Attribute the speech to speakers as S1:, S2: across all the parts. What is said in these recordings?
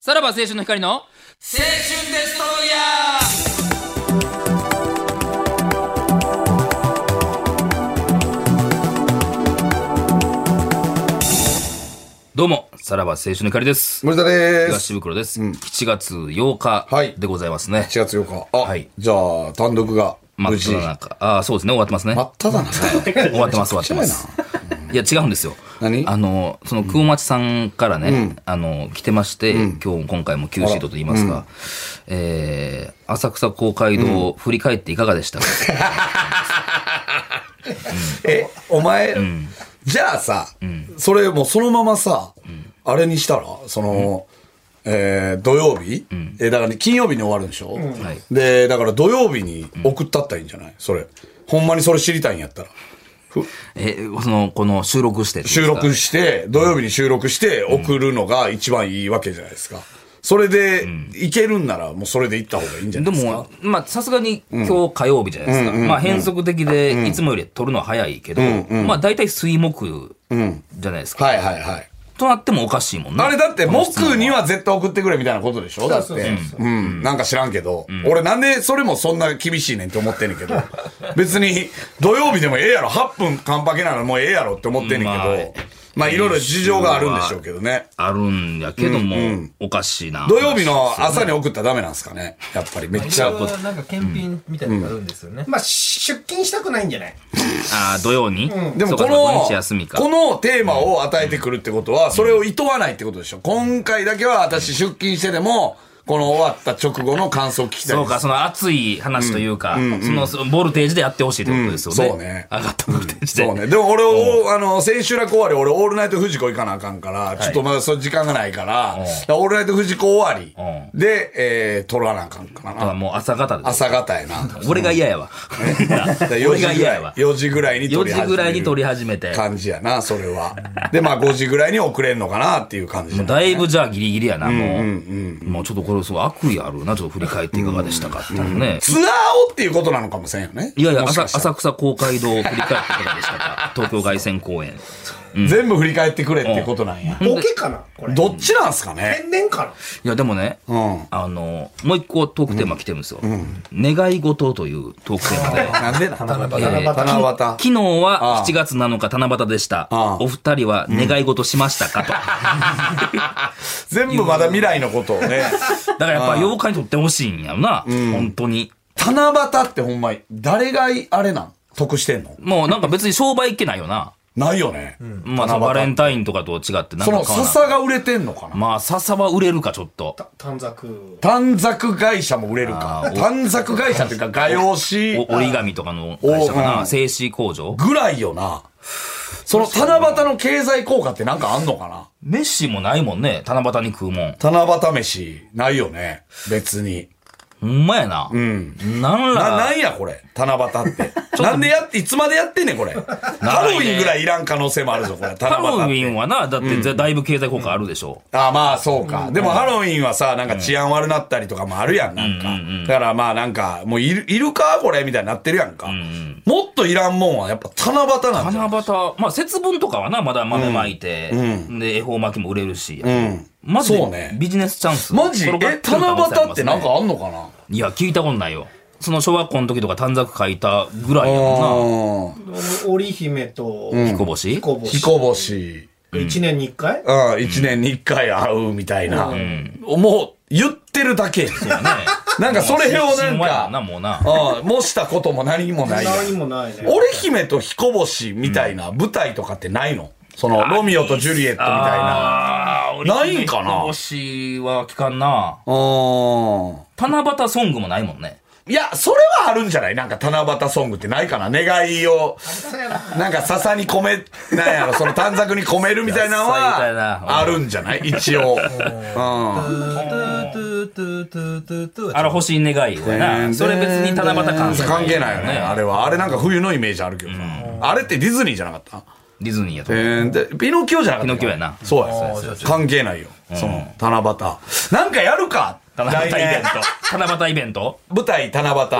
S1: さらば青春の光の青春デストロイヤーどうも、さらば青春の光です。
S2: 森田で
S1: 東
S2: す。
S1: 袋です。7月8日
S2: はい
S1: でございますね。
S2: 4月8日。あ、
S1: はい
S2: じゃあ、単独が
S1: 真
S2: 無
S1: っ
S2: 事。
S1: 暗な
S2: 真
S1: 中。ああ、そうですね。終わってますね。
S2: っ只 中。
S1: 終わってます、終わってます。いや、違うんですよ。
S2: 何
S1: あの、その、久保町さんからね、あの、来てまして、今日、今回も Q シートと言いますか、えー、浅草公会堂を振り返っていかがで したか、
S2: え、お前、じゃあさ、それもうそのままさ、あれにしたら、その、えー土曜日、えーだからね、金曜日に終わるんでしょ、
S1: はい
S2: で、だから土曜日に送ったったらいいんじゃないそれ。ほんまにそれ知りたいんやったら。
S1: えー、その、この収録して。
S2: 収録して、土曜日に収録して送るのが一番いいわけじゃないですか。それで、いけるんなら、もうそれで行った方がいいんじゃな
S1: で
S2: いですか。
S1: も、まあ、さすがに今日火曜日じゃないですか。まあ、変則的で、いつもより撮るのは早いけど、まあ、大体水木じゃないですか。
S2: はいはいはい。
S1: となってもおかしいもんね。
S2: あれだって、
S1: この質問は
S2: 木には絶対送ってくれみたいなことでしょだって。うん。なんか知らんけど。俺なんでそれもそんな厳しいねんって思ってんねん けど。別に土曜日でもええやろ。8分カンパケならもうええやろって思ってんねんけ
S1: まあ
S2: ど。まあいろいろ事情があるんでしょうけどね。
S1: あるんやけども、おかしいな。
S2: 土曜日の朝に送ったらダメなんですかね。やっぱりめっちゃ。
S3: はなんか検品みたいなのがあるんですよね。
S4: まあ、出勤したくないんじゃない
S1: ああ、土曜に、
S2: でも
S1: そうかそうか
S2: この、
S1: 土日休みか。
S2: このテーマを与えてくるってことは、それを厭わないってことでしょ。今回だけは私出勤してでも、この終わった直後の感想を聞きたい
S1: そ
S2: で
S1: う
S2: す
S1: か、その熱い話というか、そのそのボルテージでやってほしいということですよね。
S2: うんそうね
S1: 上がったボルテージで。
S2: そうね。でも俺を、あの、先週楽終わり、俺、オールナイト富士子行かなあかんから、ちょっとまだその時間がないから、だからオールナイト富士子終わり
S1: う
S2: で、えー、撮らなあかんか
S1: だから
S2: な。
S1: もう朝方です。
S2: 朝方やな。
S1: 俺が嫌やわ。
S2: 4
S1: 俺
S2: 時
S1: が
S2: ぐ
S1: 嫌や
S2: らい
S1: わ。
S2: 4時ぐらいに撮
S1: 4
S2: り
S1: 時ぐらいに撮り
S2: 始
S1: 始め
S2: め
S1: て
S2: る。感じやな、それ は。で、まあ5時ぐらいに遅れんのかなっていう感じじゃない
S1: だいぶじゃあギリギリやな、もう。もうちょっとこれすごい悪意あるな、ちょっと振り返っていかがでしたかっていうね。
S2: ツアーをっていうことなのかもしれんよね。
S1: いやいや、
S2: もし
S1: 浅
S2: かしたら
S1: 浅草公会堂を振り返っていかがでした か東京凱旋公演。
S2: 全部振り返ってくれっていうことなんや。
S4: ボケかなこれ。
S2: どっちなんす かね
S4: 天然かない
S1: や、でもね、
S2: ん
S1: あの、もう一個トークテーマ来てるんですよ。願い事というトークテーマで。
S2: なんでな
S1: えー
S2: 七夕。七
S1: き昨日は
S2: ああ
S1: 7月7日七夕でした
S2: ああ。
S1: お二人は願い事しましたか と。
S2: 夕。全部まだ未来のことを ね。
S1: だからやっぱ8日にとってほしいんやろな。本当に。
S2: 七夕ってほんまに、誰があれなん得してんの
S1: もうなんか別に商売いけないよな。
S2: ないよね。
S1: まあそのバレンタインとかと違ってなん
S2: そ
S1: か
S2: の
S1: 買わな
S2: 笹が売れてんのかな、
S1: まあ笹は売れるかちょっと。
S4: た短冊。
S2: 短冊会社も売れる
S1: あ
S2: か
S1: ー。お
S2: 短冊会社っていうか、画用紙
S1: お折り紙とかの会社か
S2: おう
S1: な。
S2: ん
S1: 製紙工場。
S2: ぐらいよな。その七夕の経済効果ってなんかあんのかな
S1: メッシもないもんね。七夕に食うもん。
S2: 七夕飯、ないよね。別に。
S1: ほんまやな。なん
S2: な、な
S1: ら、
S2: んやこれ。七 夕って。なんでやって、いつまでやってんねんこれ。ハロウィンぐらいいらん可能性もあるぞ、これ。
S1: ハロウ
S2: 七夕って。
S1: ィンはな、だってだいぶ経済効果あるでしょ。
S2: あまあそうか。でもハロウィンはさ、なんか治安悪なったりとかもあるやん、なんか。だからまあなんか、もういるいるかこれみたいになってるやんか。もっといらんもんはやっぱ七夕なんじゃ
S1: 七
S2: ん。
S1: 夕、まあ節分とかはな、まだ豆まいて、で、恵方巻きも売れるし、
S2: うん。
S1: マジで
S2: そうね
S1: ビジネスチャンス。
S2: マジえ、
S1: 転が
S2: 七
S1: ってる可能性ありま
S2: 夕っ
S1: す
S2: て
S1: ね
S2: なんかあんのかない
S1: や、聞いたことないよ。その小学校の時とか短冊書いたぐらいやもんな。
S2: うん。
S4: 織姫と、
S1: 彦星
S4: 彦星。
S2: 彦星。
S4: 一年に一回
S2: うん、一年に一回会うみたいな。もう、言ってるだけ。なんかそれをなん
S1: 神話やもな、
S2: か、
S1: もうな。
S2: うん、模したことも何もないやん。
S4: 何もないね。
S2: 織姫と彦星みたいな舞台とかってないの、そのロミオとジュリエットみたいな。
S1: あー
S2: ないんかな
S1: 織姫彦星は聞かんな。
S2: うーん。
S1: 七夕ソングもないもんね。
S2: いや、それはあるんじゃないなんか七夕ソングってないかな願いを、なんか笹に込め、なん やろ、その短冊に込めるみたいなの
S1: 笹みたいなうん
S2: は、あるんじゃない一応。うん。
S3: トゥートゥートゥートゥートゥー
S1: あれ欲しい願いはな。それ別に七夕関係ない。
S2: 関係ないよね、あれは。あれなんか冬のイメージあるけどな。あれってディズニーじゃなかった
S1: ディズニーやと。
S2: えー、でピノキオじゃなかった
S1: ピノキオやな
S2: そうやそうや関係ないよ、その七夕なんかやるか
S1: 七夕イ
S2: 来
S1: ベ
S2: 年
S1: ント。 七夕イベント
S2: 舞台七夕
S1: なんか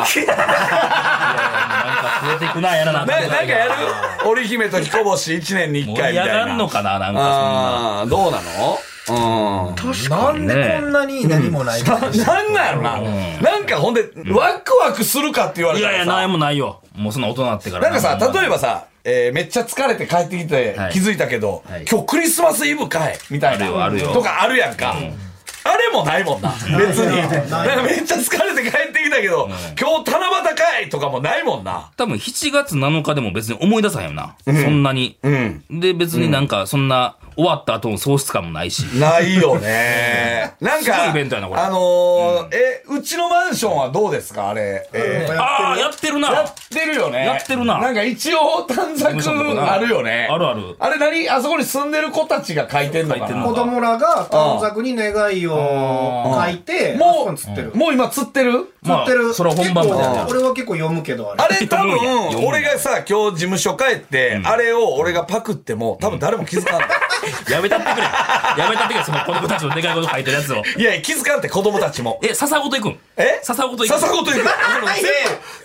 S1: 増えていくな、やらなあ
S2: な
S1: かんこ
S2: なん
S1: と
S2: か
S1: や
S2: やる織姫と彦星一年に一
S1: 盛
S2: 回
S1: り
S2: み
S1: 上
S2: たいな
S1: がんのかな、なんかそんな。
S2: あーどうなのうん。
S3: なんでこんなに何もないの
S2: なんなんやろな。なんかほんで、ワクワクするかって言われ
S1: い
S2: た
S1: やい
S2: ら
S1: や、なん
S2: さ、
S1: もないよ。もうそんな大人になってから。
S2: なんかさ、例えばさ、えーめっちゃ疲れて帰ってきて
S1: はい
S2: 気づいたけど
S1: はい、
S2: 今日クリスマスイブかいみたいな。
S1: あるよあるよ
S2: とかあるやんか。あれもない もんな。別に。なんかめっちゃ疲れて帰ってきたけど、今日七夕かいとかもないもんな。
S1: 多分7月7日でも別に思い出さへんよな。そんなに。で、別になんかそんな終わった後の喪失感もないし。
S2: ないよね。 なん
S1: すごい
S2: か、
S1: イベントやなこれ
S2: あのー、え、うちのマンションはどうですかあれ。えー
S1: ああ、やってるな。
S2: やってるよね。
S1: やってるな
S2: なんか一応短冊あるよね。
S1: あるある
S2: あれ何あそこに住んでる子たちが書いてんのか
S1: 書いてん
S2: な
S1: の
S4: 子供らが短冊に願いを書いて、
S2: もう
S4: あそこに釣ってる。
S2: もう今釣ってる
S1: まあ
S4: 釣ってる。
S1: それは本番みたいな
S4: 結構俺は結構読むけど、あれ。
S2: あれ多
S1: 読むんや読むん
S2: 分、
S1: や
S2: 俺がさ、今日事務所帰って、あれを俺がパクっても、多分誰も気づ かない。
S1: やめたって くれ。やめたってくれ、その子供たちのでかいこと書いてるやつを。
S2: いやいや、気づかんって子供たちも。
S1: え、笹ごといくん。
S2: え
S1: 笹 ごといくん。
S2: 笹ごと行く。
S4: い
S2: 全部、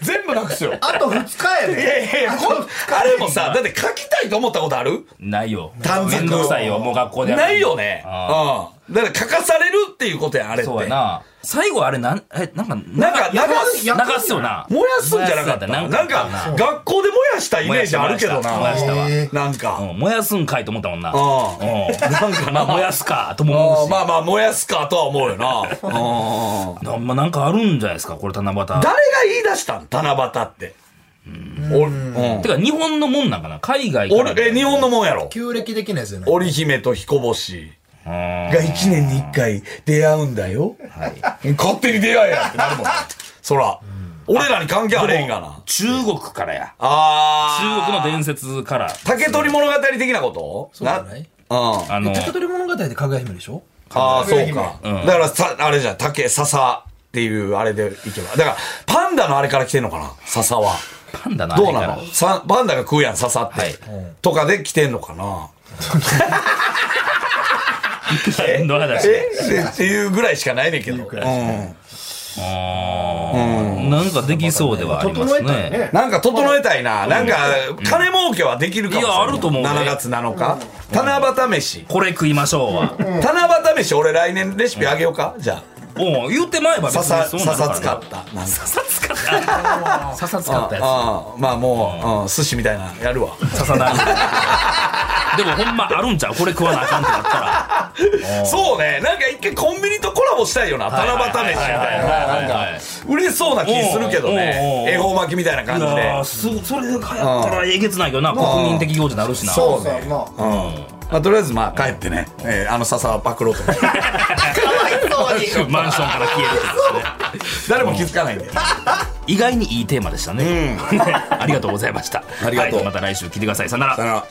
S2: 全部なくすよ。
S4: あと2日や
S2: い
S4: で。
S2: やいやいや、こんあれもさ、だって書きたいと思ったことある
S1: ないよ。
S2: 短
S1: め
S2: 冊
S1: んどくさいよ、もう学校でやる。
S2: ないよね。
S1: あ
S2: うん。だから書かされるっていうことやん、あれって。
S1: そうやな。最後あれ、なん、え、なんか、
S2: なんか、流す、
S1: 流すよな。
S2: 燃やすんじゃなかった。
S1: 燃
S2: な
S1: や
S2: ん
S1: すやつや
S2: か、学校で燃やしたイメージあるけどな。
S1: 燃やしたわ。
S2: なんか。
S1: うん燃やすんかいと思ったもんな。
S2: ああ
S1: うんなんかな、燃やすか、とも
S2: あ
S1: 思
S2: ー
S1: うし。
S2: まあまあ、燃やすかとは思うよ な。うん
S1: なまあ、なんかあるんじゃないですか、これ、七夕。
S2: 誰が言い出したん七夕って。俺、うん
S1: てか、日本のもんなんかな海外から。
S2: 俺、え、日本のもんやろ。
S3: 旧暦的なやつじゃない
S2: 織姫と彦星
S1: うん
S2: が一年に一回出会うんだよ。勝手に出会えやってなるもん。 そら、俺らに関係あれへんがな。
S1: 中国からや。
S2: あー。
S1: 中国の伝説から。
S2: 竹取物語的なこと
S3: そうじゃない
S2: うん。
S1: あの、
S3: 竹取物語でかぐや姫でしょ
S2: ああ、そうか。
S1: うん
S2: だからさ、あれじゃん、竹、笹っていうあれでいけば。だから、パンダのあれから来てんのかな笹は。
S1: パンダのあ
S2: どう
S1: れか
S2: な
S1: ら
S2: の。さパンダが食うやん、笹って。
S1: はい
S2: とかで来てんのかな
S1: 変な話。
S2: えっていうぐらいしかないねんけど。うん。
S1: あーなんかできそうではありま
S4: 整
S1: す
S4: えた
S1: ね。
S4: らね。
S2: なんか整えたいな。なんか、金儲けはできるかもしれない。
S1: いやあると思うね
S2: 7月7日。七夕飯。
S1: これ食いましょうは。
S2: 七夕飯、俺来年レシピあげようかじゃ
S1: おう言ってまえば
S2: あ。
S1: 別に
S2: 笹、
S1: そうなるか
S2: 笹
S1: ら
S2: 使った。なんか。
S1: 笹使った。笹使ったやつ。
S2: ああ、まあもう、うん、寿司みたいなのやるわ。
S1: 刺さ ない。でもほんまあるんちゃうこれ食わなあかんってなったら。
S2: そうね、なんか一回コンビニとコラボしたいよな、七夕飯みたいな。なんか、売れそうな気するけど
S1: おうおうお
S2: ね
S1: う、
S2: 恵方巻きみたいな感
S1: い
S2: じ
S1: やー
S2: で。
S1: すそれで流行ったらえげつないけどな、国民的行事になるしな。
S2: そう
S4: そう
S2: ね。
S4: まあ。
S2: うんまあ、とりあえずまあ帰ってね、えーあの笹はパクろうと思 って
S1: マンションから消えるってことですね。
S2: 誰も気づかないんで
S1: 意外にいいテーマでしたね。ありがとうございました。
S2: ありがとう
S1: はいまた来週聞いてください。さよなら
S2: さよなら